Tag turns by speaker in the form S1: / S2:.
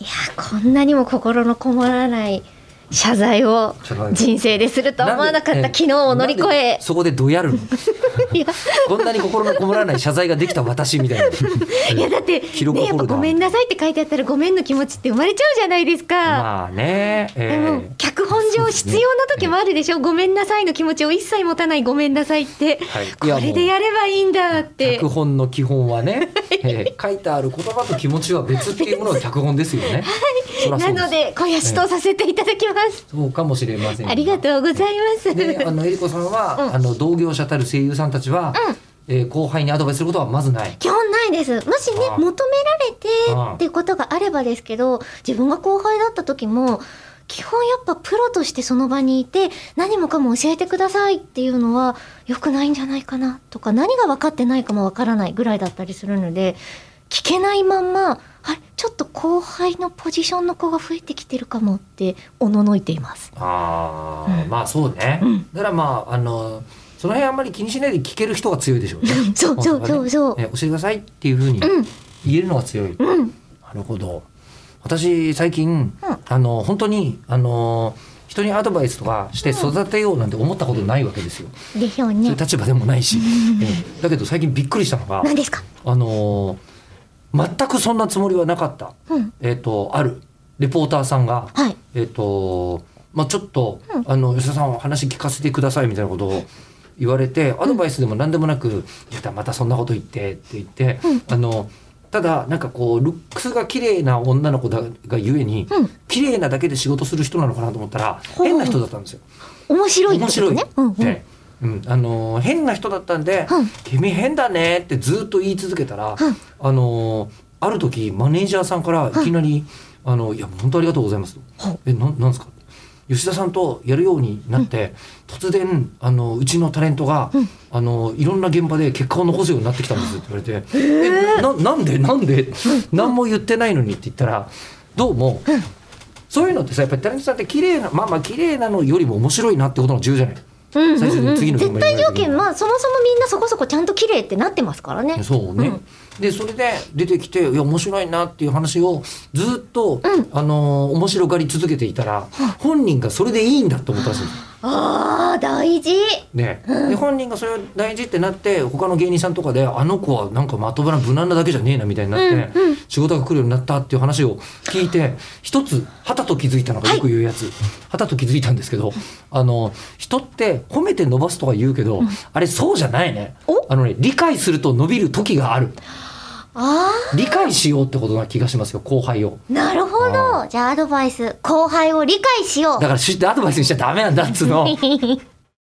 S1: いやこんなにも心のこもらない謝罪を人生でするとは思わなかった
S2: なんで
S1: 昨日を乗り越
S2: なん
S1: え
S2: でそこでどやるの
S1: いや
S2: こんなに心のこもらない謝罪ができた私みたいな
S1: いやだって、
S2: 記録
S1: ね、
S2: ホ
S1: や
S2: ルダ
S1: っ
S2: ー
S1: ぱ「ごめんなさい」って書いてあったら「ごめん」の気持ちって生まれちゃうじゃないですか。
S2: まあね、
S1: で
S2: え
S1: も
S2: ー
S1: 脚本上必要な時もあるでしょ、ごめんなさいの気持ちを一切持たないごめんなさいって、
S2: はい
S1: これでやればいいんだって
S2: 脚本の基本は ね、えー書いてある言葉と気持ちは別っていうものが脚本ですよね。そらそ
S1: な
S2: うで
S1: の
S2: す
S1: で今夜指導させていただきます、
S2: そうかもしれませんが。
S1: ありがとうございます、
S2: で、あのえりこさんは、
S1: うん
S2: あの同業者たる声優さんたちは、
S1: うん
S2: えー後輩にアドバイスすることはまずない。
S1: 基本ないですもしね
S2: ああ
S1: 求められて
S2: ああ
S1: っていうことがあればですけど自分が後輩だった時も基本やっぱプロとしてその場にいて何もかも教えてくださいっていうのは良くないんじゃないかなとか何が分かってないかも分からないぐらいだったりするので聞けないまんまあれちょっと後輩のポジションの子が増えてきてるかもっておののいています。
S2: ああ、まあそうね。
S1: うん
S2: だからまああのその辺あんまり気にしないで聞ける人が強いでしょうね。
S1: そうそうそうそう
S2: えー教えてくださいっていうふうに
S1: うん
S2: 言えるのが強い。
S1: うん
S2: なるほど。私最近、あの本当にあの人にアドバイスとかして育てようなんて思ったことないわけですよ。
S1: でしょう
S2: そうい
S1: ね
S2: う。立場でもないし。ええだけど最近びっくりしたのが、
S1: 何ですか
S2: あの全くそんなつもりはなかった。
S1: うん
S2: えっ、とあるレポーターさんが、
S1: はい
S2: えっ、とまあちょっと、
S1: うん
S2: あの吉田さんお話聞かせてくださいみたいなことを。言われてアドバイスでも何でもなく「いやだまたそんなこと言って」って言って、
S1: うん
S2: あのただなんかこうルックスが綺麗な女の子だがゆえに、
S1: うん
S2: 綺麗なだけで仕事する人なのかなと思ったら
S1: ほう
S2: 変な人だったんですよ。
S1: 面白いって
S2: 面
S1: こと
S2: 白い
S1: ね。うんうん
S2: で、うんあのー変な人だったんで
S1: うん
S2: 「君変だね」ってずっと言い続けたら、
S1: うん
S2: あのーある時マネージャーさんからいきなり「あのいや本当ありがとうございます」
S1: ほう
S2: と「えなんなんですか?」吉田さんとやるようになって、突然あのうちのタレントが、
S1: うん
S2: あのいろんな現場で結果を残すようになってきたんですって言わ れて「えななんでなんで何も言ってないのに」って言ったらどうも、そういうのってさやっぱりタレントさんって綺麗なまあまあ綺麗なのよりも面白いなってことの重要じゃない
S1: うんうん
S2: 最初
S1: う
S2: に
S1: ん、
S2: 次の現
S1: 絶
S2: 場に
S1: 対条
S2: 行
S1: 件
S2: く
S1: まあそもそもみんなそこそこちゃんと綺麗ってなってますからね。
S2: そうね、
S1: うん
S2: でそれで出てきていや面白いなっていう話をずっと、
S1: うん
S2: あのー面白がり続けていたら本人がそれでいいんだと思ったらしいんです
S1: ああ大事。
S2: ね、で本人がそれを大事ってなって他の芸人さんとかであの子はなんかまともな無難なだけじゃねえなみたいになって、
S1: うんうん
S2: 仕事が来るようになったっていう話を聞いて一つはたと気づいたのがよく言うやつ、はたと気づいたんですけどあの人って褒めて伸ばすとか言うけど、あれそうじゃないね
S1: お
S2: あのね理解すると伸びる時がある
S1: あ
S2: 理解しようってことな気がしますよ後輩を
S1: あなるほど。じゃあアドバイス後輩を理解しよ
S2: だから知ってアドバイスにしちゃダメなんだっつうの
S1: う。